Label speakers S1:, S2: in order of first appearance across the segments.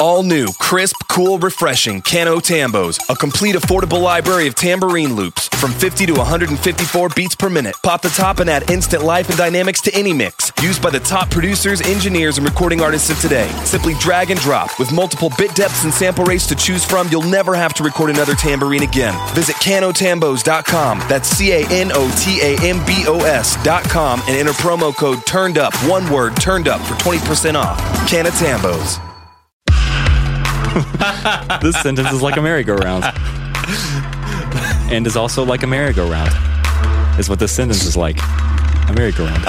S1: All new, crisp, cool, refreshing Cano Tambos, a complete affordable library of tambourine loops from 50 to 154 beats per minute. Pop the top and add instant life and dynamics to any mix. Used by the top producers, engineers, and recording artists of today. Simply drag and drop. With multiple bit depths and sample rates to choose from, you'll never have to record another tambourine again. Visit canotambos.com. That's C A N O T A M B O S.com and enter promo code turned up, one word turned up for 20% off. Canatambos.
S2: this sentence is like a merry-go-round. and is also like a merry-go-round. Is what this sentence is like. A merry-go-round.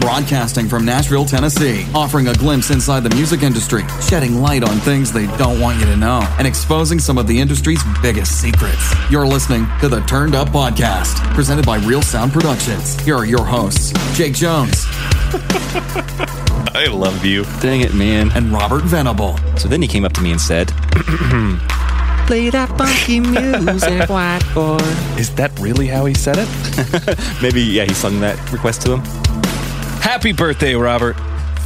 S3: Broadcasting from Nashville, Tennessee, offering a glimpse inside the music industry, shedding light on things they don't want you to know, and exposing some of the industry's biggest secrets. You're listening to the Turned Up Podcast, presented by Real Sound Productions. Here are your hosts, Jake Jones
S4: I love you.
S2: Dang it, man.
S3: and Robert Venable.
S2: So then he came up to me and said,
S5: Play that funky music, white boy.
S4: Is that really how he said it?
S2: maybe, yeah, he sung that request to him.
S4: Happy birthday, Robert.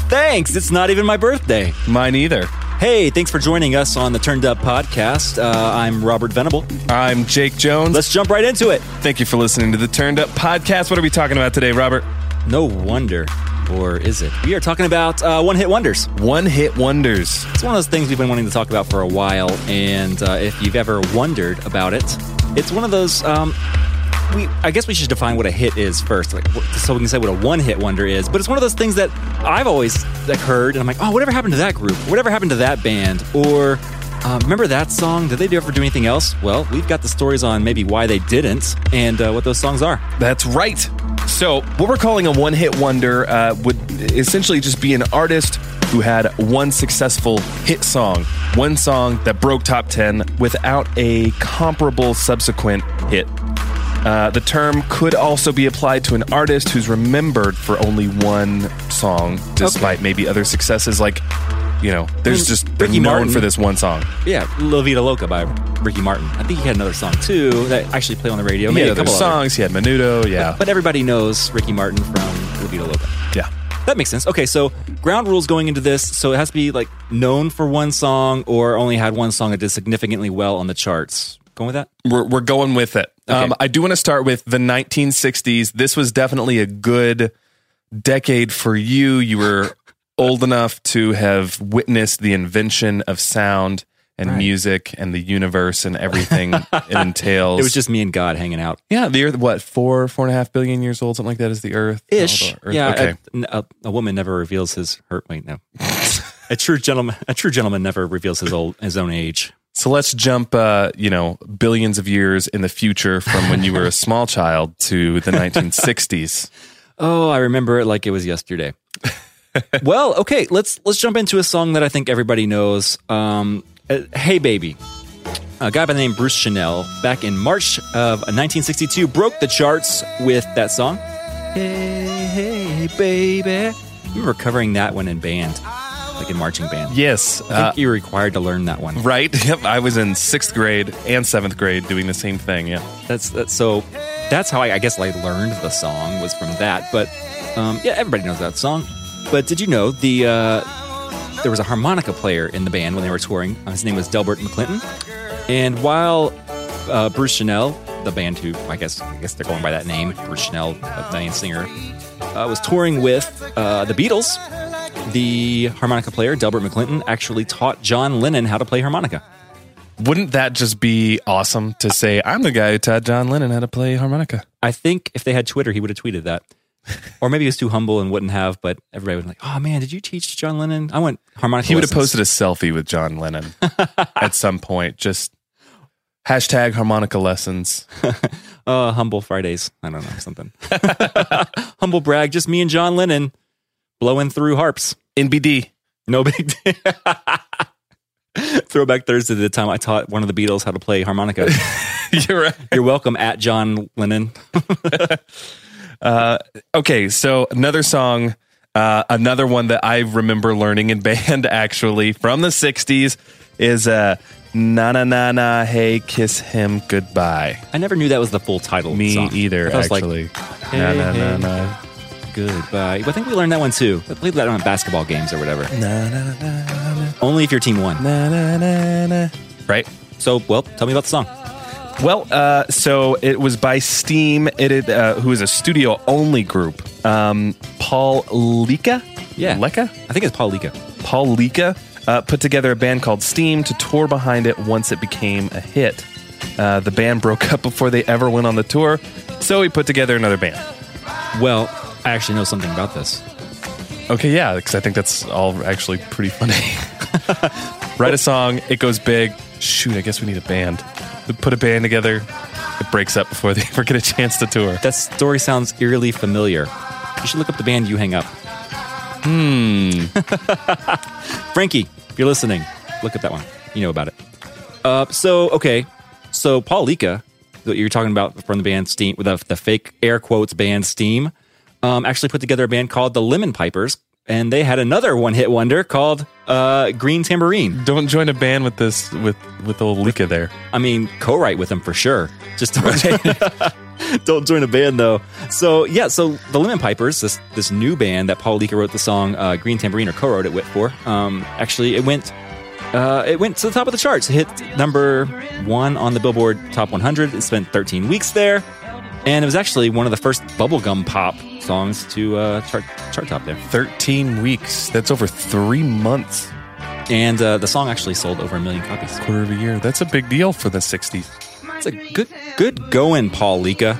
S2: Thanks, it's not even my birthday.
S4: Mine either.
S2: Hey, thanks for joining us on the Turned Up Podcast. Uh, I'm Robert Venable.
S4: I'm Jake Jones.
S2: Let's jump right into it.
S4: Thank you for listening to the Turned Up Podcast. What are we talking about today, Robert?
S2: No wonder. Or is it? We are talking about uh, one hit wonders.
S4: One hit wonders.
S2: It's one of those things we've been wanting to talk about for a while, and uh, if you've ever wondered about it, it's one of those. Um, we, I guess we should define what a hit is first, like wh- so we can say what a one-hit wonder is. But it's one of those things that I've always like heard, and I'm like, oh, whatever happened to that group? Whatever happened to that band? Or uh, remember that song? Did they ever do anything else? Well, we've got the stories on maybe why they didn't and uh, what those songs are.
S4: That's right. So, what we're calling a one hit wonder uh, would essentially just be an artist who had one successful hit song, one song that broke top 10 without a comparable subsequent hit. Uh, the term could also be applied to an artist who's remembered for only one song, despite maybe other successes. Like, you know, there's
S2: mean,
S4: just they're
S2: Ricky
S4: known
S2: Martin-
S4: for this one song.
S2: Yeah, La Vida Loca by Ricky Martin. I think he had another song too that actually play on the radio.
S4: He
S2: Maybe
S4: had
S2: a
S4: other
S2: couple other.
S4: songs. He had Menudo. Yeah,
S2: But everybody knows Ricky Martin from La Vida Loca.
S4: yeah.
S2: That makes sense. Okay, so ground rules going into this. So it has to be like known for one song or only had one song that did significantly well on the charts. Going with that?
S4: We're, we're going with it. Um, I do want to start with the 1960s. This was definitely a good decade for you. You were old enough to have witnessed the invention of sound and music and the universe and everything it entails.
S2: It was just me and God hanging out
S4: yeah, the earth. What four, four and a half billion years old, something like that, is the earth.
S2: ish.
S4: All the Earth-
S2: Yeah.
S4: Okay.
S2: A, n- a- a woman never reveals his hurt. Wait, no. a true gentleman. A true gentleman never reveals his old his own age.
S4: so let's jump, uh, you know, billions of years in the future from when you were a small child to the 1960s.
S2: Oh, I remember it like it was yesterday. well, okay, let's let's jump into a song that I think everybody knows. Um, uh, hey, baby. A guy by the name Bruce Chanel, back in March of 1962, broke the charts with that song. Hey, hey, baby. I remember covering that one in band, like in marching band.
S4: Yes.
S2: I think you were required to learn that one.
S4: Right. Yep. I was in sixth grade and seventh grade doing the same thing. Yeah.
S2: That's that's so. That's how I, I guess I learned the song was from that. But um, yeah, everybody knows that song. But did you know the uh, there was a harmonica player in the band when they were touring? Uh, His name was Delbert McClinton. And while uh, Bruce Chanel, the band who I guess I guess they're going by that name, Bruce Chanel, the main singer, uh, was touring with uh, the Beatles. The harmonica player Delbert McClinton actually taught John Lennon how to play harmonica.
S4: Wouldn't that just be awesome to say, I'm the guy who taught John Lennon how to play harmonica?
S2: I think if they had Twitter, he would have tweeted that. or maybe he was too humble and wouldn't have, but everybody was like, oh man, did you teach John Lennon? I went harmonica.
S4: He would have
S2: lessons."
S4: posted a selfie with John Lennon at some point. Just hashtag harmonica lessons.
S2: uh, Humble Fridays. I don't know, something. humble brag, just me and John Lennon blowing through harps.
S4: NBD.
S2: No big deal. Throwback Thursday, to the time I taught one of the Beatles how to play harmonica.
S4: You're right.
S2: You're welcome at John Lennon.
S4: Okay. So another song, uh, another one that I remember learning in band actually from the 60s is uh, Na Na Na Na Hey Kiss Him Goodbye.
S2: I never knew that was the full title. of the
S4: Me e-
S2: song.
S4: either,
S2: I was like,
S4: actually.
S2: hey,
S4: na, na,
S2: hey.
S4: na, na.
S2: Goodbye. I think we learned that one too. I played that on basketball games or whatever. Only if your team won.
S4: Right?
S2: So, well, tell me about the song.
S4: Well, uh, so it was by Steam, it, it, uh, who is a studio only group. Um, Paul Lika?
S2: Yeah.
S4: Leka?
S2: I think it's Paul Lika.
S4: Paul Lika uh, put together a band called Steam to tour behind it once it became a hit. Uh, the band broke up before they ever went on the tour, so he put together another band.
S2: Well, I actually know something about this.
S4: Okay, yeah, because I think that's all actually pretty funny. Write a song, it goes big. Shoot, I guess we need a band. We Put a band together, it breaks up before they ever get a chance to tour.
S2: That story sounds eerily familiar. You should look up the band you hang up. Hmm. Frankie, if you're listening, look up that one. You know about it. Uh, so, okay. So, Paul Lika, that you're talking about from the band Steam, with the, the fake air quotes band Steam, um, actually put together a band called the Lemon Pipers, and they had another one hit wonder called uh, Green Tambourine.
S4: Don't join a band with this with with old Lika there.
S2: I mean, co-write with them for sure. Just don't, don't join a band though. So yeah, so the Lemon Pipers, this this new band that Paul Leaker wrote the song uh, "Green Tambourine" or co-wrote it with for. Um, actually, it went uh, it went to the top of the charts. It hit number one on the Billboard Top 100. It spent 13 weeks there, and it was actually one of the first bubblegum pop songs to uh, chart chart top there.
S4: Thirteen weeks. That's over three months.
S2: And uh, the song actually sold over a million copies.
S4: Quarter of a year. That's a big deal for the '60s.
S2: It's a good good going, Paul Lika.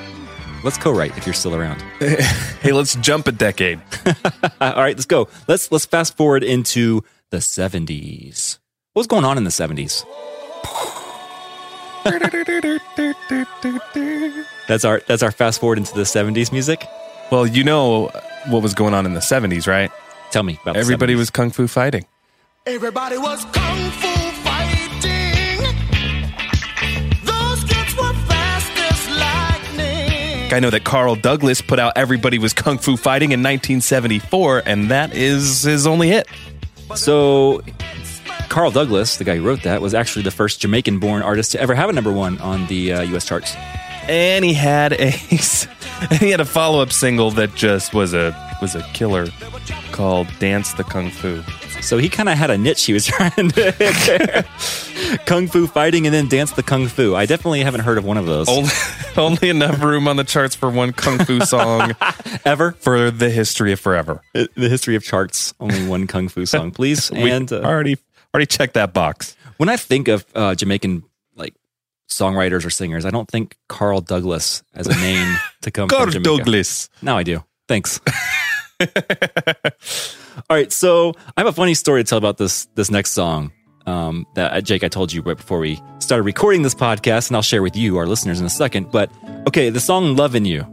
S2: Let's co-write if you're still around.
S4: Hey, let's jump a decade.
S2: Uh, all right, let's go. Let's let's fast forward into the 70s. What was going on in the 70s? that's our that's our fast forward into the 70s music.
S4: Well, you know what was going on in the '70s, right?
S2: Tell me about the
S4: Everybody
S2: 70s.
S4: was kung fu fighting.
S6: Everybody was kung fu fighting. Those kids were fast as lightning.
S4: I know that Carl Douglas put out "Everybody Was Kung Fu Fighting" in 1974, and that is his only hit.
S2: So, Carl Douglas, the guy who wrote that, was actually the first Jamaican born artist to ever have a number one on the uh, US charts.
S4: And he had a and he had a follow up single that just was a was a killer called "Dance the Kung Fu."
S2: So, he kind of had a niche he was trying to hit there. kung Fu fighting and then dance the Kung Fu. I definitely haven't heard of one of those
S4: Only, only enough room on the charts for one kung fu song
S2: ever.
S4: for the history of forever.
S2: Uh, The history of charts, only one Kung Fu song, please.
S4: We
S2: and uh,
S4: already already checked that box.
S2: when I think of uh, Jamaican like songwriters or singers, I don't think Carl Douglas as a name to come
S4: Carl
S2: from Jamaica.
S4: Douglas.
S2: Now I do. Thanks. All right, so I have a funny story to tell about this this next song um, that uh, Jake I told you right before we started recording this podcast, and I'll share with you our listeners in a second. But okay, the song "Loving You."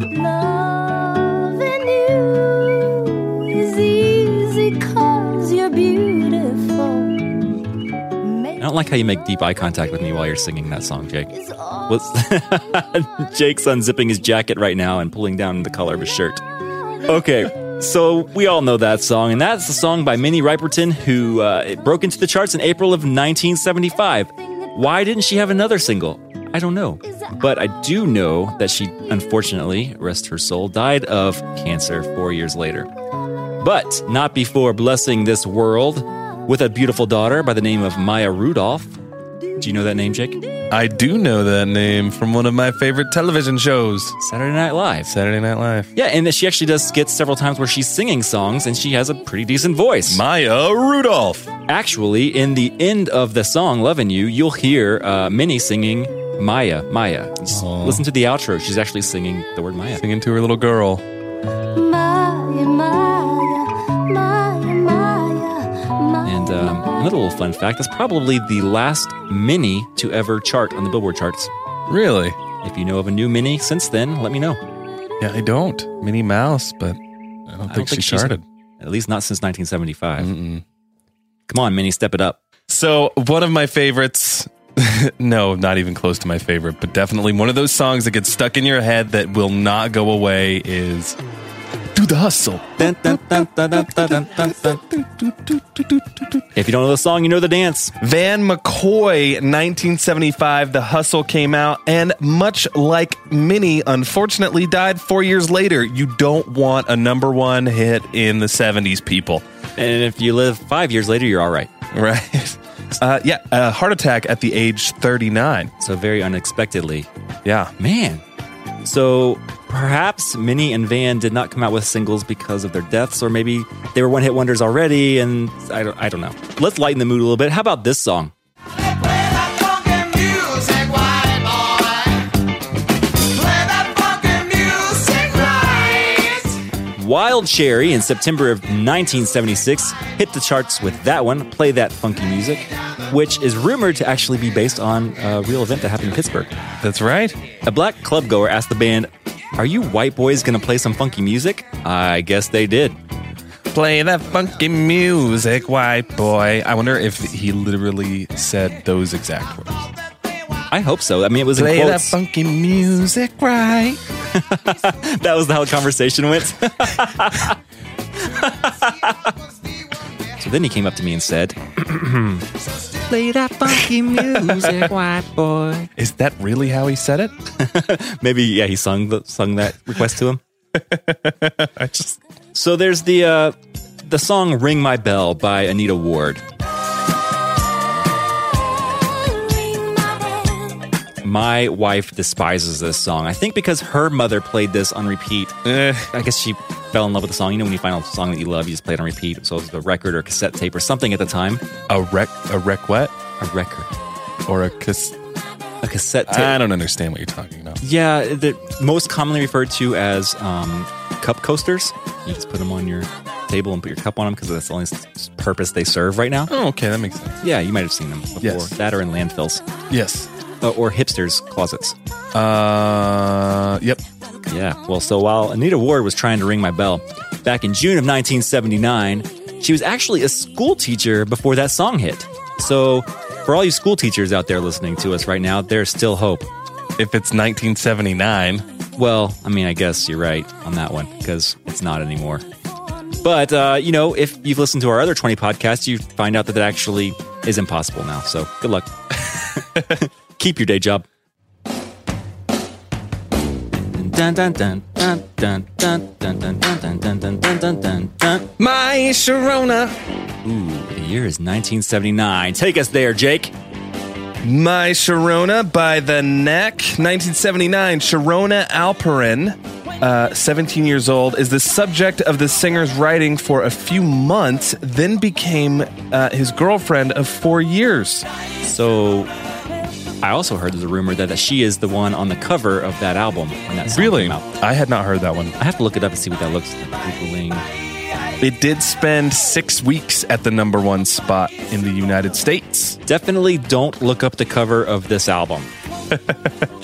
S7: Loving you is easy cause you're beautiful.
S2: I don't like how you make deep eye contact with me while you're singing that song, Jake. What's Jake's unzipping his jacket right now and pulling down the collar of his shirt. Okay, so we all know that song, and that's the song by Minnie Riperton, who uh, it broke into the charts in April of 1975. Why didn't she have another single? I don't know. But I do know that she, unfortunately, rest her soul, died of cancer four years later but not before blessing this world with a beautiful daughter by the name of Maya Rudolph. Do you know that name, Jake?
S4: I do know that name from one of my favorite television shows,
S2: Saturday Night Live.
S4: Saturday Night Live.
S2: Yeah, and she actually does skits several times where she's singing songs and she has a pretty decent voice.
S4: Maya Rudolph.
S2: Actually, in the end of the song Loving You, you'll hear uh, Minnie singing Maya, Maya. Just listen to the outro. She's actually singing the word Maya.
S4: Singing to her little girl.
S7: Maya, Maya, Maya, Maya, Maya.
S2: And um, another little fun fact that's probably the last Minnie to ever chart on the Billboard charts.
S4: Really?
S2: If you know of a new Minnie since then, let me know.
S4: Yeah, I don't. Minnie Mouse, but I don't think,
S2: I don't
S4: she
S2: think she's-
S4: started.
S2: At least not since 1975. Come on, Minnie, step it up.
S4: So, one of my favorites. no, not even close to my favorite, but definitely one of those songs that gets stuck in your head that will not go away is Do the hustle.
S2: Dun, dun, dun, dun, dun, dun, dun, dun, dun. If you don't know the song, you know the dance.
S4: Van McCoy, 1975, The Hustle came out, and much like Minnie, unfortunately died four years later. You don't want a number one hit in the 70s, people.
S2: And if you live five years later, you're all right.
S4: Right? Uh, yeah, a heart attack at the age 39.
S2: So, very unexpectedly.
S4: Yeah.
S2: Man. So, perhaps Minnie and Van did not come out with singles because of their deaths, or maybe they were one hit wonders already, and I don't, I don't know. Let's lighten the mood a little bit. How about this song? Wild Cherry in September of 1976 hit the charts with that one, Play That Funky Music, which is rumored to actually be based on a real event that happened in Pittsburgh.
S4: That's right.
S2: A black club goer asked the band, Are you white boys gonna play some funky music? I guess they did.
S4: Play that funky music, white boy. I wonder if he literally said those exact words.
S2: I hope so. I mean, it was
S4: Play
S2: in
S4: that
S2: quotes. That,
S4: funky music, right?
S2: was how the conversation went. so then he came up to me and said,
S5: Play that funky music, white boy.
S4: Is that really how he said it?
S2: Maybe yeah, he sung the, sung that request to him. so there's the uh, the song "Ring My Bell" by Anita Ward. My wife despises this song. I think because her mother played this on repeat. I guess she fell in love with the song. You know, when you find a song that you love, you just play it on repeat. So it was a record or cassette tape or something at the time.
S4: A rec, a rec what?
S2: A record,
S4: Or a cassette?
S2: a cassette tape.
S4: I don't understand what you're talking about.
S2: Yeah, they're most commonly referred to as um, cup coasters. You just put them on your table and put your cup on them because that's the only s- purpose they serve right now.
S4: Oh, okay, that makes sense.
S2: Yeah, you might have seen them before.
S4: Yes.
S2: That or in landfills
S4: Yes.
S2: uh, or hipsters' closets.
S4: Uh, yep.
S2: Yeah, well, so while Anita Ward was trying to ring my bell back in June of 1979, she was actually a school teacher before that song hit. So, for all you school teachers out there listening to us right now, there's still hope.
S4: If it's 1979,
S2: Well, I mean, I guess you're right on that one because it's not anymore. But, uh, you know, if you've listened to our other 20 podcasts, you find out that that actually is impossible now. So good luck. Keep your day job. Dun, dun, dun, dun, dun, dun, dun, dun, dun, dun, dun, dun, dun, dun, dun.
S4: my Sharona,
S2: The year is 1979. Take us there, Jake.
S4: my Sharona by the neck, 1979. Sharona Alperin, uh, 17 years old, is the subject of the singer's writing for a few months, then became uh, his girlfriend of four years.
S2: So I also heard there's a rumor that, that she is the one on the cover of that album when that song came out.
S4: I had not heard that one.
S2: I have to look it up and see what that looks like. Googling.
S4: It did spend six weeks at the number one spot in the United States.
S2: Definitely don't look up the cover of this album.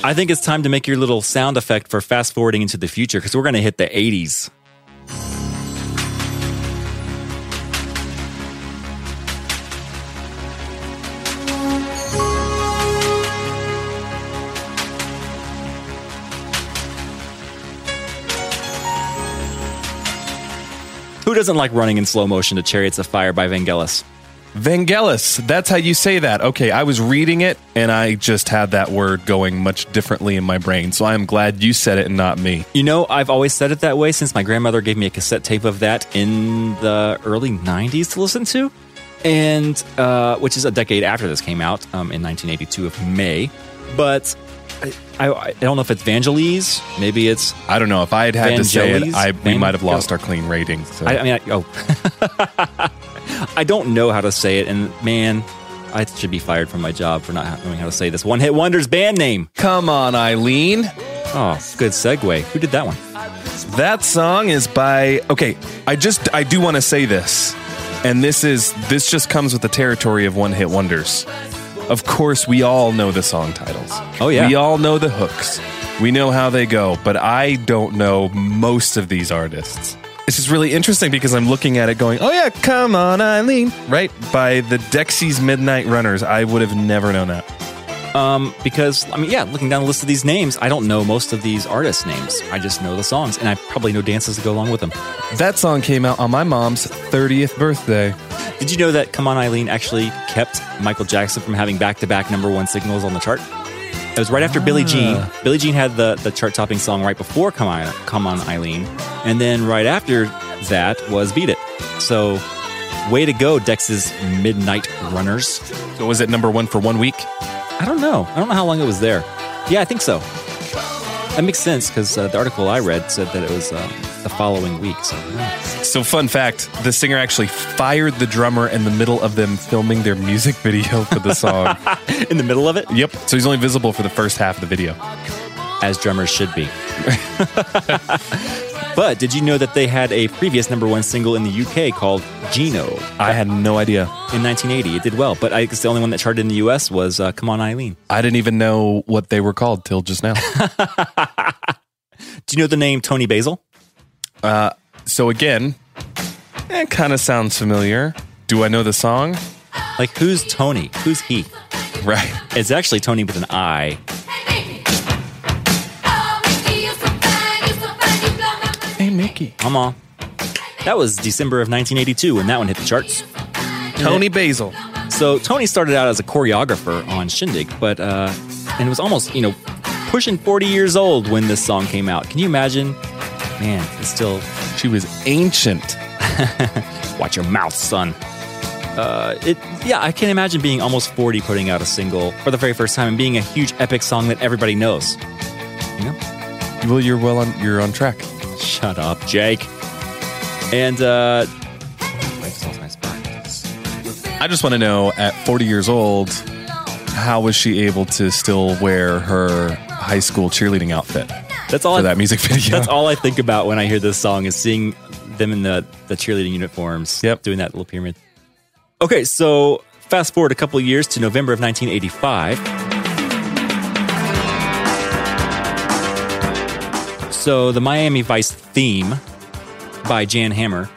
S2: I think it's time to make your little sound effect for fast forwarding into the future because we're going to hit the 80s. Who doesn't like running in slow motion to Chariots of Fire by Vangelis?
S4: Vangelis, that's how you say that. Okay, I was reading it and I just had that word going much differently in my brain. So I am glad you said it and not me.
S2: You know, I've always said it that way since my grandmother gave me a cassette tape of that in the early 90s to listen to, and uh, which is a decade after this came out um, in 1982 of May. But I, I, I don't know if it's Vangelis, maybe it's.
S4: I don't know if I had had to say it,
S2: Vangelis?
S4: I, we
S2: Van-
S4: might have lost our clean rating. So.
S2: I, I mean, I, oh. I don't know how to say it, and man, I should be fired from my job for not knowing how to say this one hit wonders band name.
S4: Come on, Eileen.
S2: Oh, good segue. Who did that one?
S4: That song is by okay. I just I do want to say this, and this is this just comes with the territory of one hit wonders. Of course, we all know the song titles.
S2: Oh, yeah.
S4: we all know the hooks. We know how they go, but I don't know most of these artists. This is really interesting because I'm looking at it going, "Oh yeah, come on, Eileen!" Right by the Dexys Midnight Runners. I would have never known that.
S2: Um, because I mean, yeah, looking down the list of these names, I don't know most of these artists' names. I just know the songs, and I probably know dances to go along with them.
S4: That song came out on my mom's 30th birthday.
S2: Did you know that "Come On, Eileen" actually kept Michael Jackson from having back-to-back number one singles on the chart? It was right after Billie Jean. Billie Jean had the, the chart-topping song right before "Come On, Come On, Eileen," and then right after that was "Beat It." So, way to go, Dex's Midnight Runners.
S4: So was it number one for one week?
S2: I don't know. I don't know how long it was there. Yeah, I think so. That makes sense because uh, the article I read said that it was uh, the following week. So yeah.
S4: So, fun fact the singer actually fired the drummer in the middle of them filming their music video for the song.
S2: in the middle of it,
S4: yep. So, he's only visible for the first half of the video.
S2: as drummers should be. but did you know that they had a previous number one single in the UK called "Gino"
S4: I had no idea.
S2: in 1980? It did well, but I guess the only one that charted in the US was uh, "Come On, Eileen."
S4: I didn't even know what they were called till just now.
S2: Do you know the name Tony Basil?
S4: so, again, it kind of sounds familiar. Do I know the song?
S2: Like, who's Tony? Who's he?
S4: Right.
S2: It's actually Tony with an I.
S4: Hey, Mickey.
S2: Come on. That was December of 1982 when that one hit the charts.
S4: Tony Basil.
S2: So Tony started out as a choreographer on Shindig, but uh, and was almost you know pushing 40 years old when this song came out. Can you imagine? Man, it's still
S4: She was ancient.
S2: watch your mouth, son. Uh, it yeah, I can't imagine being almost 40 putting out a single for the very first time and being a huge epic song that everybody knows. You know?
S4: Well, you're well on. You're on track.
S2: Shut up, Jake. And uh, I just lost my spot.
S4: I just want to know at 40 years old, how was she able to still wear her high school cheerleading outfit
S2: That's all.
S4: for
S2: Oh, I-
S4: that music video?
S2: That's all I think about when I hear this song is seeing them in the, the cheerleading uniforms
S4: Yep.
S2: doing that little pyramid. Okay, so fast forward a couple of years to November of 1985. So the Miami Vice theme by Jan Hammer.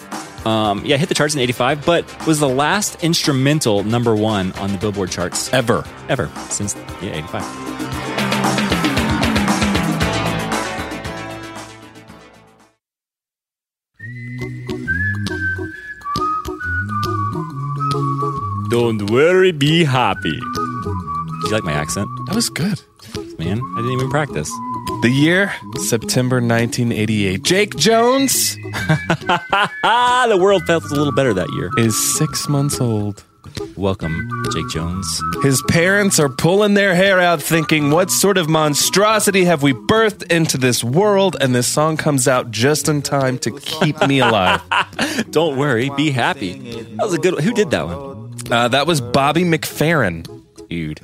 S2: Um, yeah, hit the charts in 85, but was the last instrumental number one on the Billboard charts
S4: Ever.
S2: ever since yeah, 85. Don't worry, be happy. Do you like my accent?
S4: That was good.
S2: Man, I didn't even practice.
S4: The year September 1988. Jake Jones
S2: Ah, the world felt a little better that year.
S4: is six months old.
S2: Welcome, Jake Jones.
S4: His parents are pulling their hair out, thinking, What sort of monstrosity have we birthed into this world? And this song comes out just in time to keep me alive.
S2: Don't worry, be happy. That was a good one. Who did that one?
S4: Uh, that was Bobby McFerrin.
S2: Dude.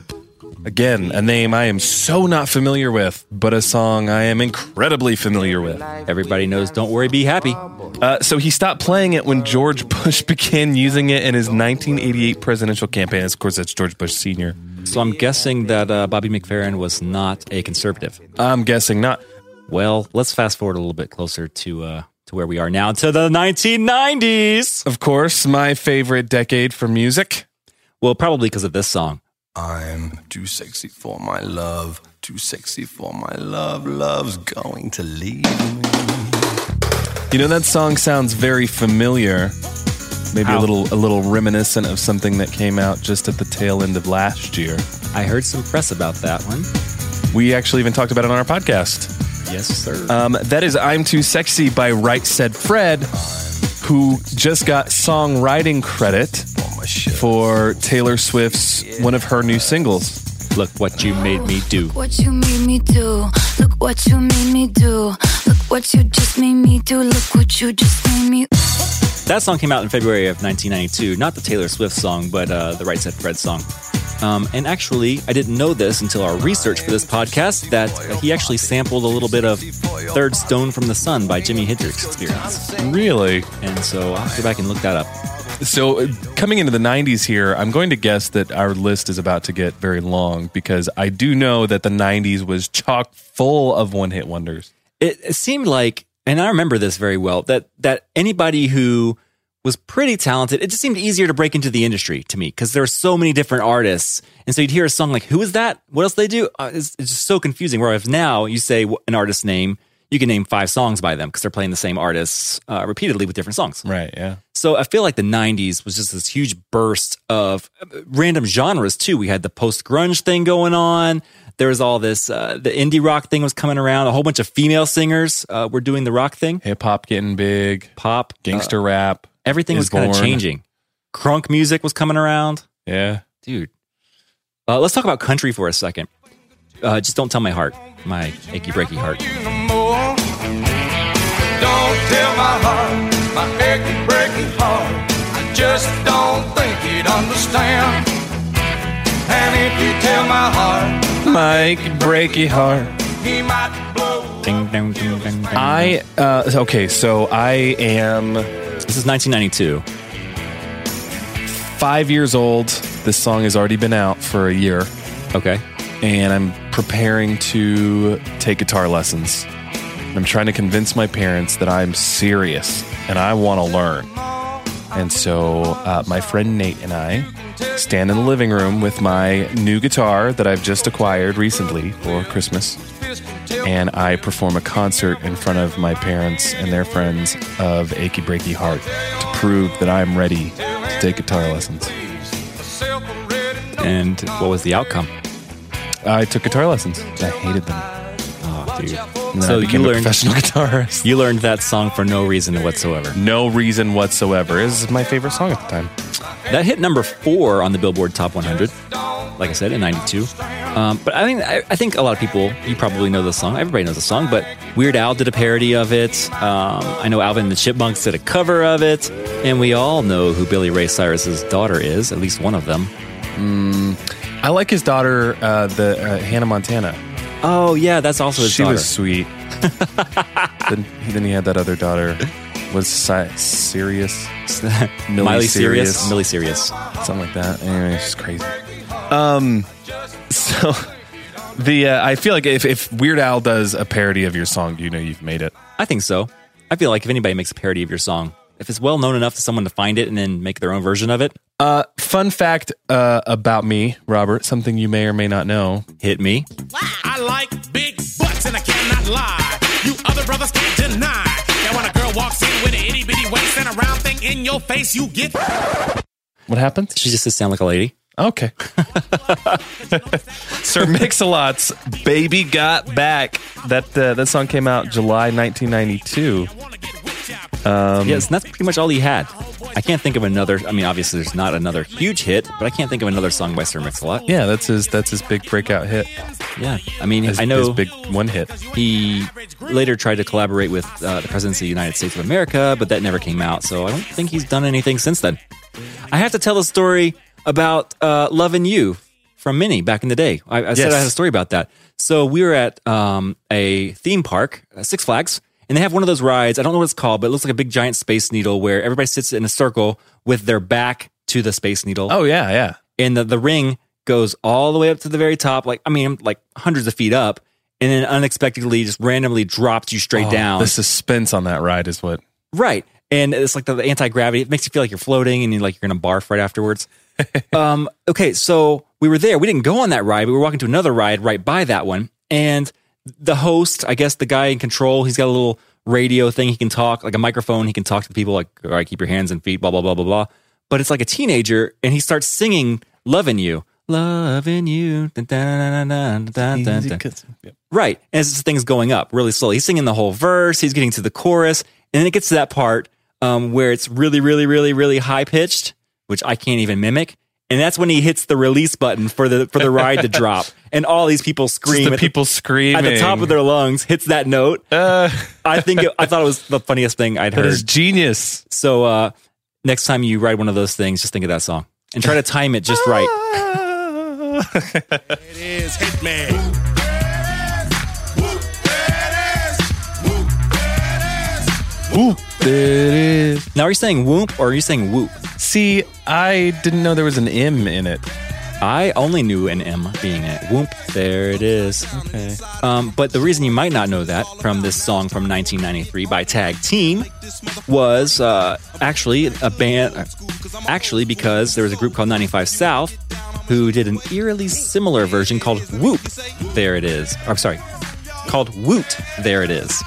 S4: Again, a name I am so not familiar with, but a song I am incredibly familiar with.
S2: Everybody knows Don't Worry, Be Happy.
S4: Uh, so he stopped playing it when George Bush began using it in his 1988 presidential campaign. Of course, that's George Bush Sr.
S2: So I'm guessing that uh, Bobby McFerrin was not a conservative.
S4: I'm guessing not.
S2: Well, let's fast forward a little bit closer to uh, to where we are now, to the 1990s.
S4: Of course, my favorite decade for music.
S2: Well, probably because of this song.
S8: I'm too sexy for my love, too sexy for my love. Love's going to leave me.
S4: You know that song sounds very familiar. Maybe
S2: How?
S4: a little a little reminiscent of something that came out just at the tail end of last year.
S2: I heard some press about that one.
S4: We actually even talked about it on our podcast.
S2: Yes, sir. Uh,
S4: Um, that is "I'm Too Sexy" by Right Said Fred, who just got songwriting credit for Taylor Swift's one of her new singles.
S2: Look what you made me do.
S7: What you made me do. Look what you made me do. Look what you just made me do. Look what you just made me.
S2: That song came out in February of 1992. Not the Taylor Swift song, but uh, the Right Said Fred song. Um, and actually, I didn't know this until our research for this podcast that uh, he actually sampled a little bit of Third Stone from the Sun by Jimi Hendrix Experience.
S4: Really?
S2: And so I'll have to go back and look that up.
S4: So, uh, coming into the 90s here, I'm going to guess that our list is about to get very long because I do know that the 90s was chock full of one hit wonders.
S2: it, it seemed like, and I remember this very well, that that anybody who was pretty talented. It just seemed easier to break into the industry to me because there are so many different artists. And so you'd hear a song like, who is that? What else they do? Uh, it's, it's just so confusing. Whereas now you say wh- an artist's name, you can name five songs by them because they're playing the same artists uh, repeatedly with different songs.
S4: Right. Yeah.
S2: So I feel like the 90s was just this huge burst of uh, random genres too. We had the post grunge thing going on. There was all this, uh, the indie rock thing was coming around. A whole bunch of female singers uh, were doing the rock thing.
S4: Hip hop getting big.
S2: Pop, uh,
S4: Gangster rap.
S2: everything
S4: is
S2: was kind of
S4: born.
S2: changing. Crunk music was coming around.
S4: Yeah.
S2: Dude. Uh, let's talk about country for a second. Uh, just don't tell my heart, my achy breaky heart.
S6: Don't tell my heart, my achy, breaky heart. I just don't think he'd understand. And if you tell my heart,
S4: Mike, breaky heart.
S6: he might blow.
S2: Ding, ding, ding, ding, ding.
S4: I uh, okay, so I am
S2: this is 1992.
S4: five years old. This song has already been out for a year,
S2: Okay.
S4: and I'm preparing to take guitar lessons. And I'm trying to convince my parents that I'm serious and I want to learn. And so uh, my friend Nate and I stand in the living room with my new guitar that I've just acquired recently for Christmas. And I perform a concert in front of my parents and their friends of Achy Breaky Heart to prove that I'm ready to take guitar lessons.
S2: And what was the outcome?
S4: I took guitar lessons. I hated them. Ah,
S2: Oh, dude.
S4: And then
S2: So
S4: I
S2: you
S4: became a
S2: learned-
S4: professional guitarist.
S2: You learned that song for no reason whatsoever.
S4: No reason whatsoever. This is my favorite song at the time.
S2: That hit number four on the Billboard Top 100. Like I said, in '92. Um, but I think I, I think a lot of people you probably know the song. Everybody knows the song. But Weird Al did a parody of it. Um, I know Alvin and the Chipmunks did a cover of it, and we all know who Billy Ray Cyrus's daughter is. At least one of them.
S4: I like his daughter, uh, the uh, Hannah Montana.
S2: Oh yeah, that's also his
S4: she
S2: daughter.
S4: was sweet. then, then he had that other daughter. Was si- serious, Millie
S2: Miley Cyrus.
S4: Cyrus.
S2: Millie Cyrus.
S4: something like that. Anyway, it's just crazy. Um, so the uh, I feel like if, if Weird Al does a parody of your song, you know you've made it.
S2: I think so. I feel like if anybody makes a parody of your song, if it's well known enough to someone to find it and then make their own version of it,
S4: Uh, fun fact uh, about me, Robert. Something you may or may not know.
S2: hit me.
S9: I like big butts and I cannot lie. You other brothers can't deny that when a girl walks in with an itty bitty waist and a round thing in your face, you get.
S4: What happened?
S2: She just does sound like a lady.
S4: Okay. Sir Mix-a-Lot's "Baby Got Back." That uh, that song came out July 1992.
S2: Yes, and that's pretty much all he had. I can't think of another. I mean, obviously, there's not another huge hit, but I can't think of another song by Sir Mix-a-Lot.
S4: Yeah, that's his that's his big breakout hit.
S2: yeah. I mean,
S4: His,
S2: I
S4: his
S2: know
S4: big one hit.
S2: he later tried to collaborate with uh, the presidency of the United States of America, but that never came out. So I don't think he's done anything since then. I have to tell a story about uh, loving you from Minnie back in the day. I, I said
S4: Yes.
S2: I had a story about that. So we were at um, a theme park, uh, Six Flags, and they have one of those rides. I don't know what it's called, but it looks like a big giant space needle where everybody sits in a circle with their back to the space needle
S4: Oh yeah, yeah.
S2: and the, the ring goes all the way up to the very top like i mean like hundreds of feet up and then unexpectedly just randomly drops you straight down
S4: Oh, The suspense on that ride is what.
S2: right and it's like the, the anti-gravity it makes you feel like you're floating and you're like you're gonna barf right afterwards um okay so we were there we didn't go on that ride we were walking to another ride right by that one and the host i guess the guy in control he's got a little radio thing he can talk like a microphone he can talk to the people like all right keep your hands and feet blah blah blah blah blah but it's like a teenager and he starts singing loving you loving you dun, dun, dun, dun, dun, dun, dun. Right. And as this thing's going up really slowly, he's singing the whole verse, he's getting to the chorus, and then it gets to that part um, where it's really, really, really, really high pitched, which I can't even mimic. And that's when he hits the release button for the for the ride to drop, and all these people
S4: Just
S2: scream.
S4: the
S2: at
S4: people screaming
S2: at the top of their lungs hits that note.
S4: Uh,
S2: I think it, I thought it was the funniest thing I'd
S4: that
S2: heard.
S4: is genius.
S2: so uh, next time you ride one of those things, just think of that song and try to time it just right.
S4: Ah.
S9: It is hit me.
S4: Whoop! There it is.
S2: Now are you saying whoop or are you saying whoop?
S4: See, I didn't know there was an M in it.
S2: I only knew an M being a whoop. There it is. Okay. Um, but the reason you might not know that from this song from 1993 by Tag Team was uh, actually a band, uh, actually because there was a group called 95 South who did an eerily similar version called Whoop. There it is. I'm sorry, called Woot. There it is.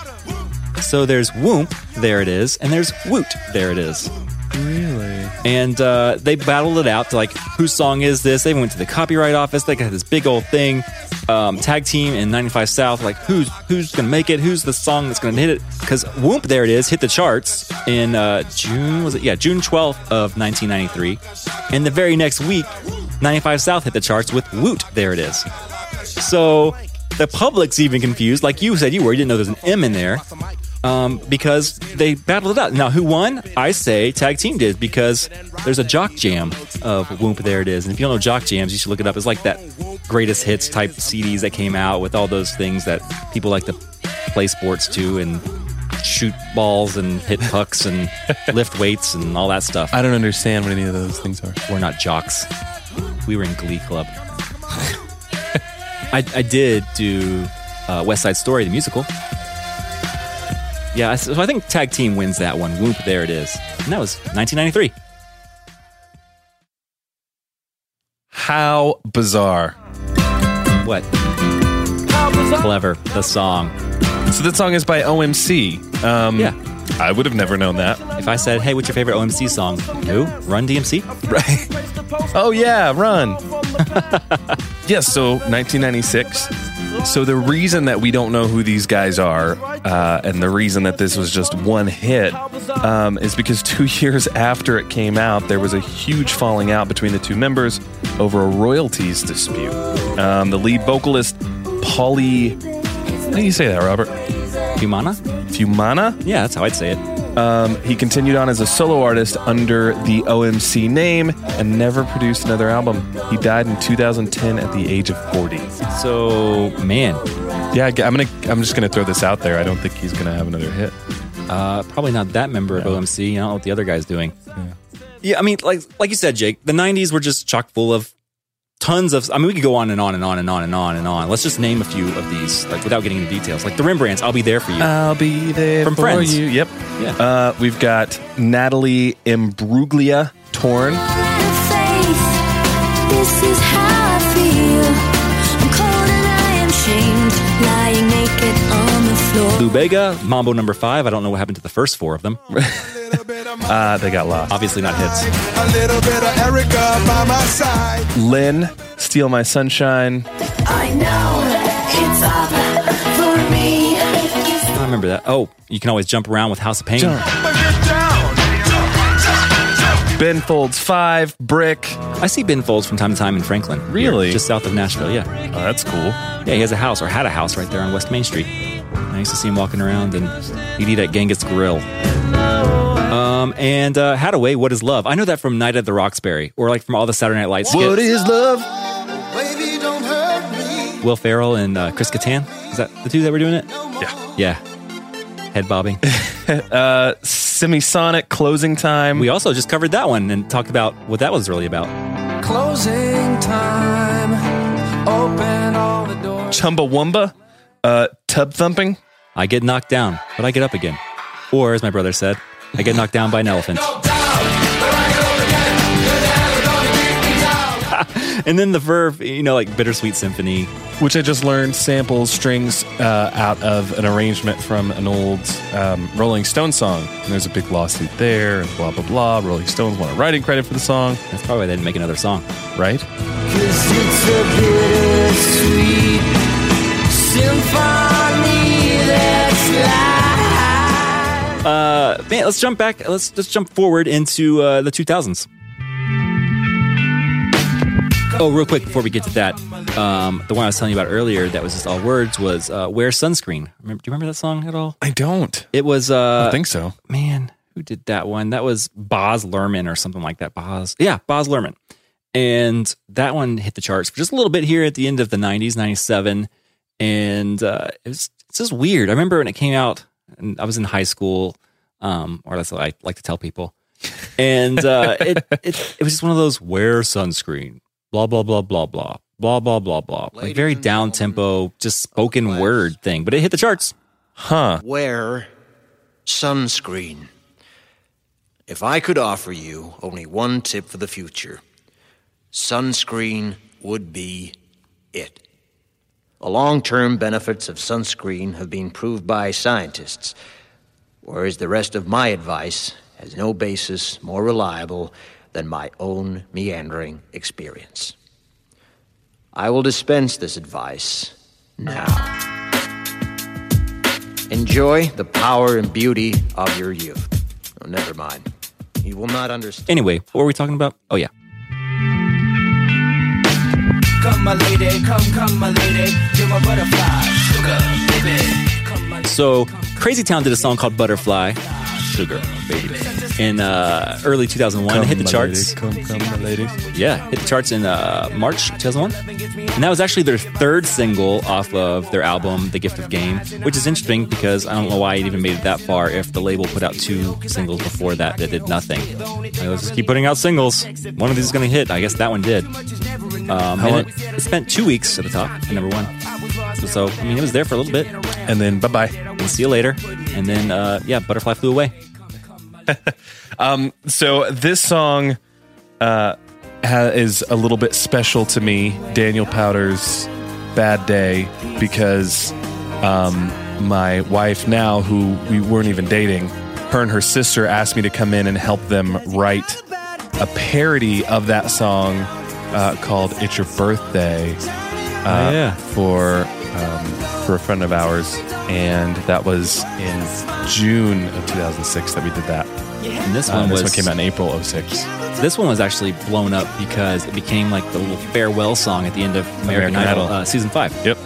S2: So there's Whoop. There it is, and there's Woot. There it is and uh, they battled it out to like whose song is this they went to the copyright office they got this big old thing um, tag team in 95 south like who's who's gonna make it who's the song that's gonna hit it because whoop there it is hit the charts in uh, june was it yeah june 12th of 1993 and the very next week 95 south hit the charts with woot there it is so the public's even confused like you said you were you didn't know there's an m in there um, because they battled it out. Now, who won? I say tag team did because there's a jock jam of Whoop There It Is. And if you don't know jock jams, you should look it up. It's like that greatest hits type CDs that came out with all those things that people like to play sports to and shoot balls and hit pucks and lift weights and all that stuff.
S4: I don't understand what any of those things are.
S2: We're not jocks. We were in Glee Club. I, I did do uh, West Side Story, the musical. Yeah, I- so I think tag team wins that one. Whoop, there it is. And that was 1993.
S4: How bizarre.
S2: What? Clever, the song.
S4: So that song is by OMC. Um,
S2: Yeah.
S4: I would have never known that.
S2: If I said, hey, what's your favorite OMC song? Who? Run DMC?
S4: Right. Oh yeah, run. yes, so 1996. So the reason that we don't know who these guys are, uh, and the reason that this was just one hit, um, is because two years after it came out, there was a huge falling out between the two members over a royalties dispute. Um, the lead vocalist, Polly, how do you say that, Robert?
S2: Humana?
S4: Fumana?
S2: Yeah, that's how I'd say it.
S4: He continued on as a solo artist under the OMC name and never produced another album. He died in 2010 at the age of 40.
S2: So, man,
S4: Yeah, I g- I'm gonna. I'm just gonna throw this out there. I don't think he's gonna have another hit.
S2: uh, probably not that member of OMC. I don't know what the other guy's doing. Yeah. I mean, like like you said, Jake, the 90s were just chock full of tons of. I mean, we could go on and on and on and on and on and on. Let's just name a few of these, like without getting into details. Like the Rembrandts, I'll be there for you.
S4: I'll be there
S2: From
S4: for
S2: Friends.
S4: you. Yep.
S2: Yeah.
S4: Uh, we've got Natalie Imbruglia, Torn.
S7: This is how I feel. I'm cold and I am shamed, lying naked on the floor.
S2: Lou Bega, Mambo number five. I don't know what happened to the first four of them.
S4: Uh, they got lost.
S2: Obviously not hits.
S6: A little bit of Erica by my side.
S4: Lynn, Steal My Sunshine.
S7: I know it's up for me.
S2: I remember that. Oh, you can always jump around with House of Pain.
S4: Ben Folds Five, Brick. Oh,
S2: I see Ben Folds from time to time in Franklin. here,
S4: Really?
S2: Just south of Nashville, yeah.
S4: that's cool.
S2: Yeah, he has a house or had a house right there on West Main Street. I used to see him walking around and he'd eat at Genghis Grill. Um, and uh, Hadaway, What is Love? I know that from Night at the Roxbury or like from all the Saturday Night Lights.
S4: What
S2: skits.
S4: is love?
S6: Baby, don't hurt me.
S2: Will Ferrell and uh, Chris Kattan. Is that the two that were doing it? Yeah. Yeah. Head bobbing.
S4: Semisonic closing time.
S2: we also just covered that one and talked about what that was really about.
S6: Closing time. Open all the doors.
S4: Chumbawamba, uh, Tub Thumping.
S2: I get knocked down, but I get up again. Or, as my brother said, I get knocked down by an elephant. and then the verb, you know, like Bittersweet Symphony.
S4: which I just learned samples strings uh, out of an arrangement from an old um, Rolling Stone song. And there's a big lawsuit there, and blah blah blah. Rolling Stones want a writing credit for the song,
S2: That's probably why they didn't make another song.
S4: right?
S2: Uh, man, let's jump back. Let's let's jump forward into uh, the 2000s. Oh, real quick before we get to that, um, the one I was telling you about earlier that was just all words was uh, "Wear Sunscreen." Remember, do you remember that song at all?
S4: I don't.
S2: It was. Uh,
S4: I think so.
S2: man, who did that one? That was Boz Lerman or something like that. Boz, yeah, Boz Lerman. And that one hit the charts for just a little bit here at the end of the '90s, '97, and uh, it was it's just weird. I remember when it came out, and I was in high school, um, or that's what I like to tell people. And uh, it, it it was just one of those wear sunscreen, blah blah blah blah blah blah blah blah blah. Like very down tempo, just spoken word thing, but it hit the charts.
S10: Wear sunscreen. If I could offer you only one tip for the future, sunscreen would be it. The long term benefits of sunscreen have been proved by scientists, whereas the rest of my advice has no basis more reliable than my own meandering experience. I will dispense this advice now. Enjoy the power and beauty of your youth. Oh, never mind. You will not understand.
S2: Anyway, what were we talking about? Oh yeah.
S11: Come, my lady, come, come, my lady. You're my butterfly, sugar, baby. Come, my
S2: So Crazy Town did a song called Butterfly, Sugar Baby, in uh, early 2001. it hit the charts. Yeah, hit the charts in uh, March 2001. And that was actually their third single off of their album, The Gift of Game, which is interesting because I don't know why it even made it that far if the label put out two singles before that that did nothing. Like, Let's just keep putting out singles. One of these is going to hit. I guess that one did. Um, and it, it spent two weeks at the top, at number one. So, I mean, it was there for a little bit.
S4: And then bye bye.
S2: We'll see you later. And then, uh, yeah, Butterfly Flew Away.
S4: So this song uh, ha- is a little bit special to me, Daniel Powder's "Bad Day," because um, my wife now, who we weren't even dating, her and her sister asked me to come in and help them write a parody of that song uh, called "It's Your Birthday." uh,
S2: yeah.
S4: for um, for a friend of ours, and that was in June of 2006 that we did that.
S2: And this one
S4: Um, this
S2: was
S4: one came out in April of 06.
S2: This one was actually blown up because it became like the little farewell song at the end of American,
S4: American
S2: Idol,
S4: Idol.
S2: Uh, season five.
S4: Yep.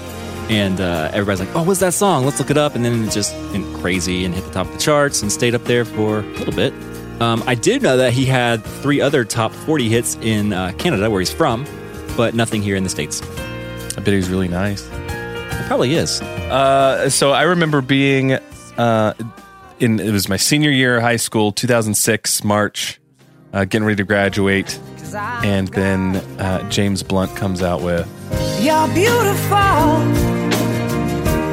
S2: And uh, everybody's like, "Oh, what's that song? Let's look it up." And then it just went crazy and hit the top of the charts and stayed up there for a little bit. Um, I did know that he had three other top 40 hits in uh, Canada, where he's from, but nothing here in the states.
S4: I bet he was really nice.
S2: It probably is.
S4: Uh, so I remember being uh, in it was my senior year of high school, 2006 March, uh, getting ready to graduate, and then uh, James Blunt comes out with
S11: You're beautiful.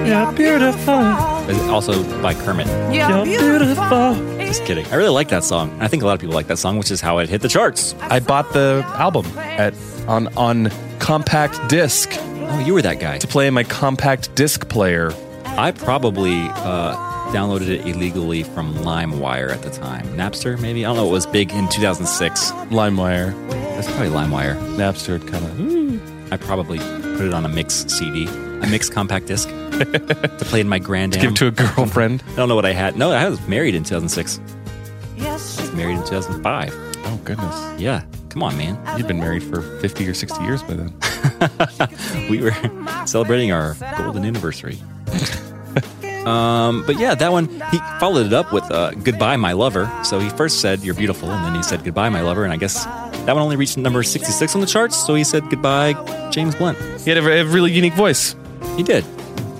S11: You're beautiful.
S2: It's also by Kermit.
S11: Oh, You're beautiful.
S2: Just kidding. I really like that song. I think a lot of people like that song, which is how it hit the charts.
S4: I bought the album at on on compact disc to
S2: Oh, you were that guy.
S4: play in my compact disc player.
S2: I probably uh, downloaded it illegally from LimeWire at the time. Napster, maybe? I don't know. It was big in 2006.
S4: LimeWire,
S2: That's probably LimeWire.
S4: Napster, kind of.
S2: I probably put it on a mix CD, a mix compact disc to play in my grand.
S4: give to a girlfriend.
S2: I don't know what I had. No, I was married in 2006.
S11: Yes.
S2: I was married in 2005.
S4: Oh goodness,
S2: Yeah. Come on, man.
S4: you've been married for fifty or sixty years by then.
S2: We were celebrating our golden anniversary. um, but yeah, that one, he followed it up with uh, Goodbye, My Lover. So he first said, You're beautiful, and then he said, Goodbye, My Lover. And I guess that one only reached number 66 on the charts. So he said, Goodbye, James Blunt.
S4: He had a, a really unique voice,
S2: He did.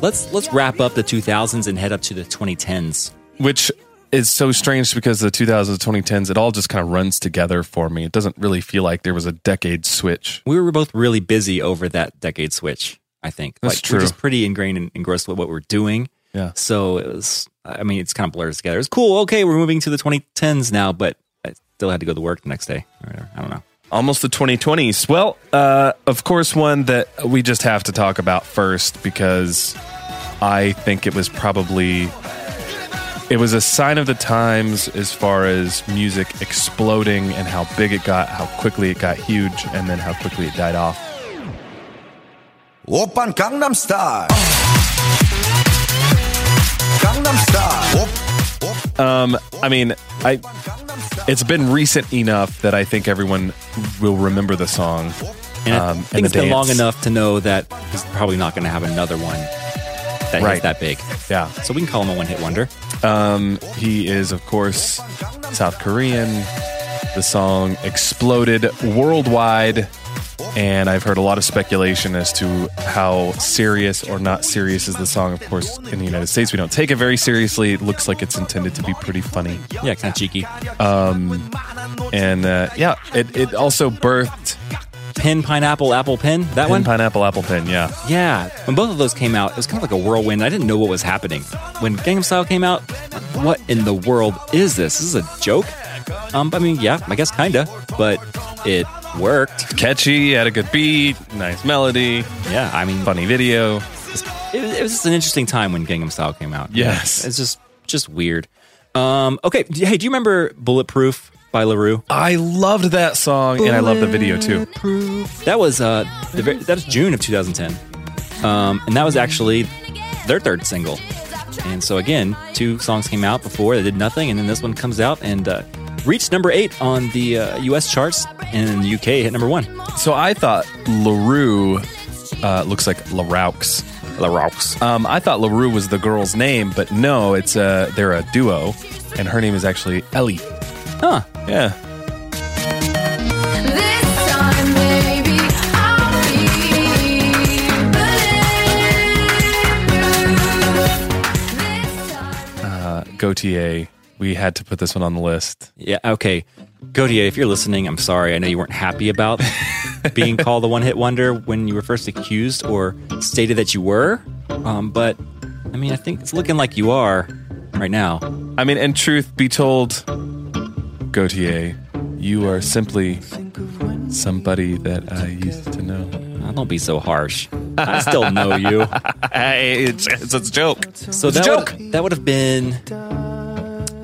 S2: Let's let's wrap up the 2000s and head up to the 2010s.
S4: which is so strange because the 2000s, 2010s, it all just kind of runs together for me. It doesn't really feel like there was a decade switch.
S2: We were both really busy over that decade switch. I think
S4: That's
S2: like,
S4: true.
S2: We're just pretty ingrained and engrossed with what we're doing.
S4: Yeah.
S2: So it was. I mean, it's kind of blurs together. It's cool. Okay, we're moving to the 2010s now, but I still had to go to work the next day. or whatever. I don't know.
S4: Almost the 2020s. Well, uh, of course, one that we just have to talk about first because I think it was probably it was a sign of the times as far as music exploding and how big it got, how quickly it got huge, and then how quickly it died off.
S6: 오빤 강남 스타일. 강남 스타일.
S4: I mean, I it's been recent enough that I think everyone will remember the song.
S2: And I
S4: Um,
S2: think
S4: and
S2: it's
S4: the
S2: been long
S4: dance.
S2: enough to know that he's probably not going to have another one that hits
S4: Right.
S2: that big.
S4: Yeah,
S2: So we can call him a one-hit wonder.
S4: he is of course South Korean. The song exploded worldwide, and I've heard a lot of speculation as to how serious or not serious is the song. Of course, in the United States, we don't take it very seriously. It looks like it's intended to be pretty funny.
S2: Yeah, kind of cheeky.
S4: and uh, yeah, it, it also birthed
S2: Pen, pineapple, apple, pen. That one.
S4: Pineapple, apple, pin. Yeah.
S2: Yeah. When both of those came out, it was kind of like a whirlwind. I didn't know what was happening. When Gangnam Style came out, what in the world is this? This is a joke. Um, I mean, yeah, I guess kinda, but it worked.
S4: Catchy, had a good beat, nice melody.
S2: Yeah, I mean,
S4: funny video.
S2: It, it was just an interesting time when Gangnam Style came out.
S4: Yes.
S2: it's just just weird. Um, okay, d- hey, do you remember Bulletproof by Larue?
S4: I loved that song, and I love the video too.
S2: That was uh, the, ver- that was June of 2010, um, and that was actually their third single. And so again, two songs came out before they did nothing, and then this one comes out and uh, reached number eight on the uh, U.S. charts, and in the U.K. it hit number one.
S4: So I thought LaRue uh, looks like LaRaux.
S2: LaRaux.
S4: Um, I thought LaRue was the girl's name, but no, it's uh, they're a duo, and her name is actually Ellie.
S2: Huh.
S4: Yeah. Uh, Gautier, we had to put this one on the list.
S2: Yeah, okay. Godier, if you're listening, I'm sorry. I know you weren't happy about being called the one hit wonder when you were first accused or stated that you were. Um, but I mean, I think it's looking like you are right now.
S4: I mean, and truth be told, Gautier, you are simply somebody that I used to know.
S2: I Ah, don't be so harsh. I still know you.
S4: Uh, it's, it's a joke.
S2: So
S4: It's a
S2: that
S4: joke.
S2: Would, that would have been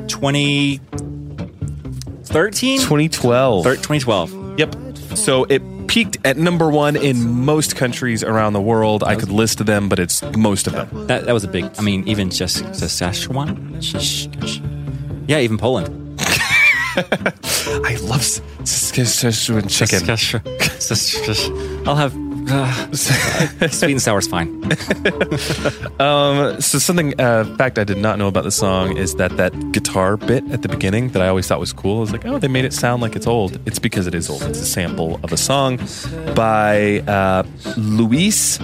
S2: 2013?
S4: 2012.
S2: Thir- 2012.
S4: Yep. So it peaked at number one in most countries around the world. I could list them, but it's most of them.
S2: That, that was a big, I mean, even just Saskatchewan. Shish- sh- Yeah, even Poland.
S4: I love s- Saskatchewan chicken.
S2: Saskatchewan. I'll have uh, sweet and sour's fine.
S4: Um, so something uh, fact I did not know about the song is that that guitar bit at the beginning that I always thought was cool. I was like, oh, they made it sound like it's old. It's because it is old. It's a sample of a song by uh, Luis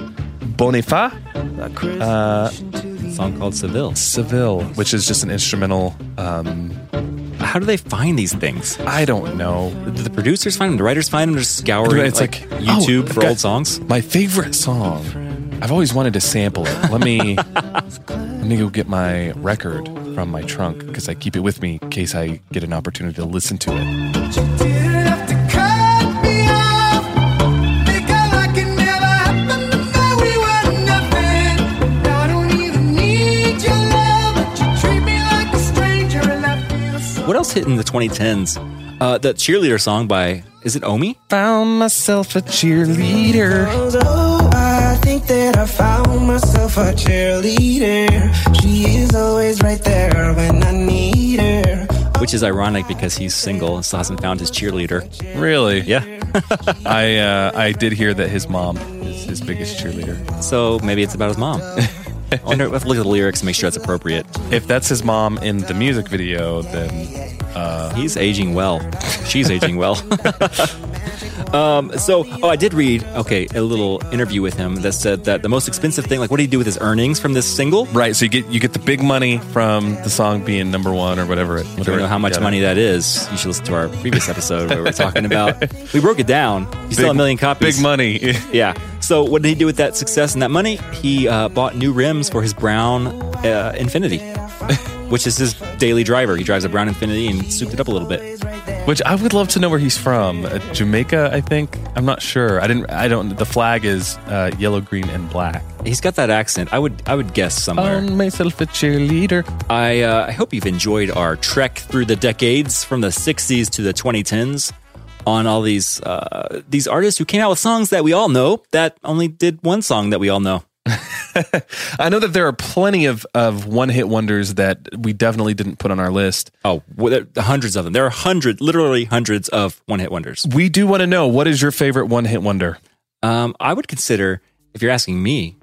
S4: Bonifa, uh,
S2: song called Seville.
S4: Seville, which is just an instrumental. Um,
S2: How do they find these things?
S4: I don't know.
S2: Do the producers find them? The writers find them? They're just scouring
S4: It's
S2: like,
S4: like,
S2: YouTube
S4: oh, I've
S2: for
S4: got-
S2: old songs?
S4: My favorite song. I've always wanted to sample it. Let me let me go get my record from my trunk because I keep it with me in case I get an opportunity to listen to it.
S2: What else hit in the 2010s? Uh, the cheerleader song by, is it Omi?
S4: Found myself a cheerleader.
S12: Although I think that I found myself a cheerleader, she is always right there when I need her.
S2: Which is ironic because he's single and still hasn't found his cheerleader.
S4: Really?
S2: Yeah.
S4: I uh, I did hear that his mom is his biggest cheerleader.
S2: So maybe it's about his mom. I wonder, I have to look at the lyrics and make sure that's appropriate.
S4: If that's his mom in the music video, then
S2: He's aging well. She's aging well. um, so, oh, I did read, okay, a little interview with him that said that the most expensive thing, like, what did he do with his earnings from this single?
S4: right. So you get you get the big money from the song being number one or whatever. It,
S2: If you
S4: whatever
S2: don't know how
S4: it
S2: much
S4: got
S2: money
S4: it.
S2: that is, you should listen to our previous episode where we we're talking about. We broke it down. You sell a million copies.
S4: Big money.
S2: Yeah. So what did he do with that success and that money? He uh, bought new rims for his brown uh, Infinity, which is his daily driver. He drives a brown Infinity and souped it up a little bit.
S4: Which I would love to know where he's from. Uh, Jamaica, I think. I'm not sure. I didn't. I don't. The flag is uh, yellow, green, and black.
S2: He's got that accent. I would I would guess somewhere.
S4: Um, myself a cheerleader.
S2: I uh, I hope you've enjoyed our trek through the decades from the 60s to the 2010s on all these uh, these artists who came out with songs that we all know that only did one song that we all know.
S4: I know that there are plenty of of one hit wonders that we definitely didn't put on our list.
S2: Oh, wh- there- hundreds of them. There are hundreds, literally hundreds of one hit wonders.
S4: We do want to know what is your favorite one hit wonder.
S2: Um, I would consider, if you're asking me,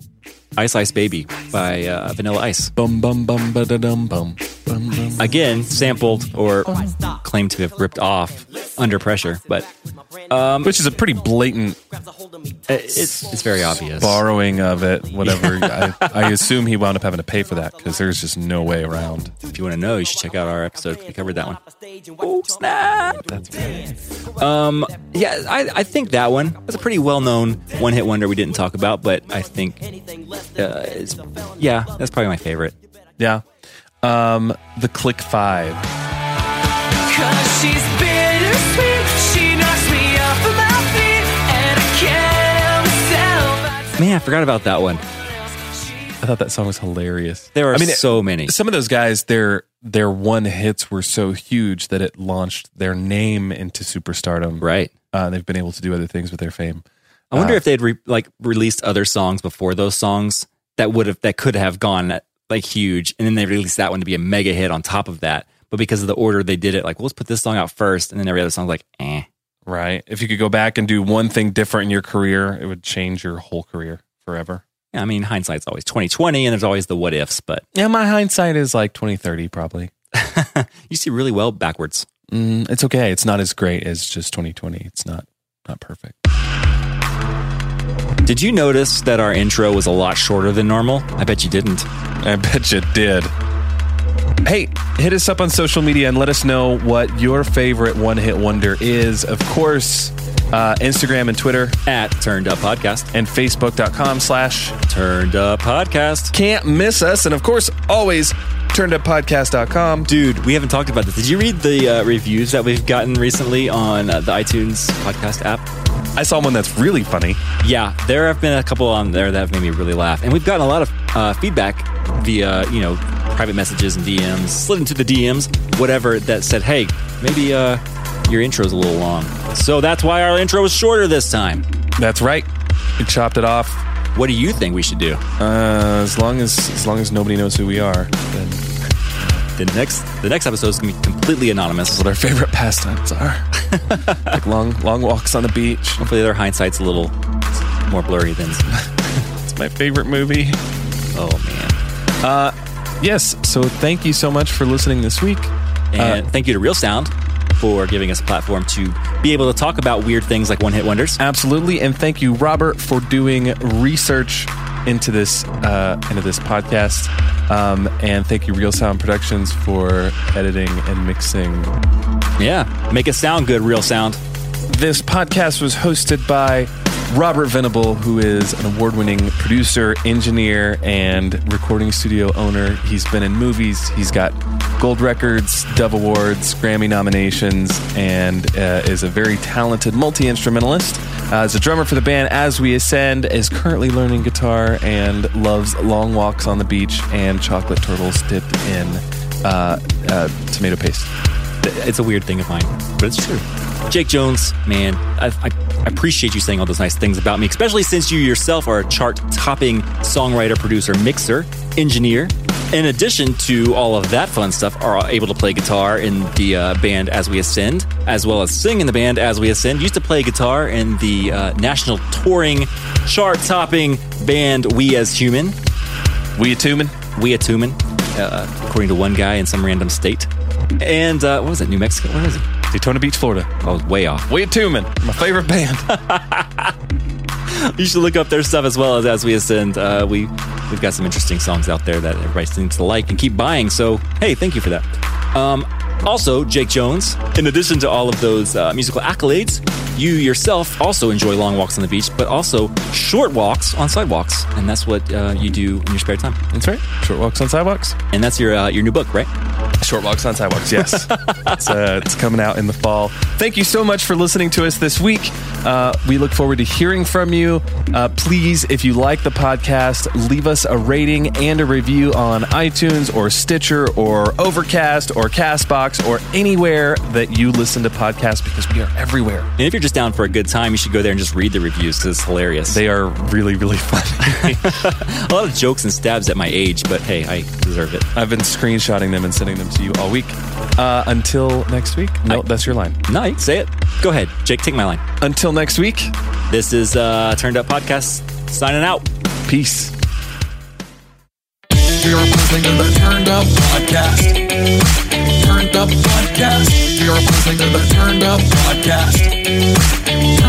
S2: Ice Ice Baby by uh, Vanilla Ice. Bum bum bum ba da dum bum. Again, sampled or claimed to have ripped off under pressure, but um,
S4: which is a pretty blatant.
S10: Uh,
S2: It's it's very obvious.
S4: Borrowing of it, whatever. I, I assume he wound up having to pay for that because there's just no way around.
S2: If you want to know, you should check out our episode. We covered that one. Oh snap! Um, yeah, I, I think that one was a pretty well-known one-hit wonder we didn't talk about, but I think, uh, it's, yeah, that's probably my favorite.
S4: Yeah, um, the Click Five.
S11: Cause she's bittersweet. She knocks me off of my feet, and I can't help myself.
S2: Man, I forgot about that one.
S4: I thought that song was hilarious.
S2: There are
S4: I mean, it-
S2: so many.
S4: Some of those guys, their their one hits were so huge that it launched their name into superstardom.
S2: Right.
S4: Uh, they've been able to do other things with their fame.
S2: I wonder
S4: Uh,
S2: if they'd re- like released other songs before those songs that would have that could have gone like huge, and then they released that one to be a mega hit on top of that. But because of the order they did it, like well, let's put this song out first, and then every other song's like, eh.
S4: Right. If you could go back and do one thing different in your career, it would change your whole career forever.
S2: Yeah, I mean, hindsight's always twenty twenty, and there's always the what ifs. But
S4: Yeah, my hindsight is like 2030 probably.
S2: you see really well backwards.
S4: Mm, it's okay. It's not as great as just 2020. It's not not perfect.
S2: Did you notice that our intro was a lot shorter than normal? I bet you didn't.
S4: I bet you did. Hey, hit us up on social media and let us know what your favorite one hit wonder is. Of course, uh, Instagram and Twitter
S2: at Turned Up Podcast
S4: and Facebook.com slash
S2: Turned Up Podcast.
S4: Can't miss us. And of course, always turneduppodcast.com.
S2: Dude, we haven't talked about this. Did you read the uh, reviews that we've gotten recently on uh, the iTunes podcast app?
S4: I saw one that's really funny.
S2: Yeah, there have been a couple on there that have made me really laugh, and we've gotten a lot of uh, feedback via you know private messages and DMs, slid into the DMs, whatever that said, hey, maybe uh, your intro's a little long. So that's why our intro was shorter this time.
S4: That's right. We chopped it off.
S2: What do you think we should do?
S4: Uh, as long as as long as nobody knows who we are, then
S2: The next the next episode is gonna be completely anonymous.
S4: what our favorite pastimes are. like long long walks on the beach.
S2: Hopefully, their hindsight's a little more blurry than.
S4: It's my favorite movie.
S2: Oh man!
S4: Uh, yes. So thank you so much for listening this week.
S2: And thank you to Real Sound for giving us a platform to be able to talk about weird things like one hit wonders.
S4: Absolutely, and thank you, Robert, for doing research into this uh, into this podcast. Um, and thank you, Real Sound Productions, for editing and mixing.
S2: Yeah, make it sound good, Real Sound.
S4: This podcast was hosted by Robert Venable, who is an award winning producer, engineer, and recording studio owner. He's been in movies, he's got gold records, Dove Awards, Grammy nominations, and uh, is a very talented multi instrumentalist. Uh, is a drummer for the band As We Ascend, is currently learning guitar, and loves long walks on the beach and chocolate turtles dipped in uh, uh, tomato paste.
S2: It's a weird thing of mine, but it's true. Jake Jones, man, I, I appreciate you saying all those nice things about me, especially since you yourself are a chart topping songwriter, producer, mixer, engineer. In addition to all of that fun stuff, are able to play guitar in the uh, band As We Ascend, as well as sing in the band As We Ascend. Used to play guitar in the uh, national touring, chart topping band We As Human.
S4: We Atuman.
S2: We Atuman, uh, according to one guy in some random state. And uh, what was it, New Mexico? Where was it?
S4: Daytona Beach, Florida.
S2: I was way off.
S4: We Atuman, my favorite band.
S2: you should look up their stuff as well as as we ascend. Uh, we we've got some interesting songs out there that everybody seems to like and keep buying. So hey, thank you for that. Um, also, Jake Jones. In addition to all of those uh, musical accolades, you yourself also enjoy long walks on the beach, but also short walks on sidewalks, and that's what uh, you do in your spare time.
S4: That's right. Short walks on sidewalks.
S2: And that's your uh, your new book, right?
S4: Short walks on sidewalks. Yes, it's, uh, it's coming out in the fall. Thank you so much for listening to us this week. Uh, we look forward to hearing from you. Uh, please, if you like the podcast, leave us a rating and a review on iTunes or Stitcher or Overcast or Castbox or anywhere that you listen to podcasts because we are everywhere.
S2: And if you're just down for a good time, you should go there and just read the reviews because it's hilarious.
S4: They are really, really fun.
S2: a lot of jokes and stabs at my age, but hey, I deserve it.
S4: I've been screenshotting them and sending them to you all week. Uh, until next week. No, that's your line.
S2: No, you can say it. Go ahead, Jake. Take my line.
S4: Until next week.
S2: This is uh, Turned Up Podcast signing out.
S4: Peace.
S3: You're listening to the Turned Up Podcast. Turned Up Podcast. You're listening to the Turned Up Podcast.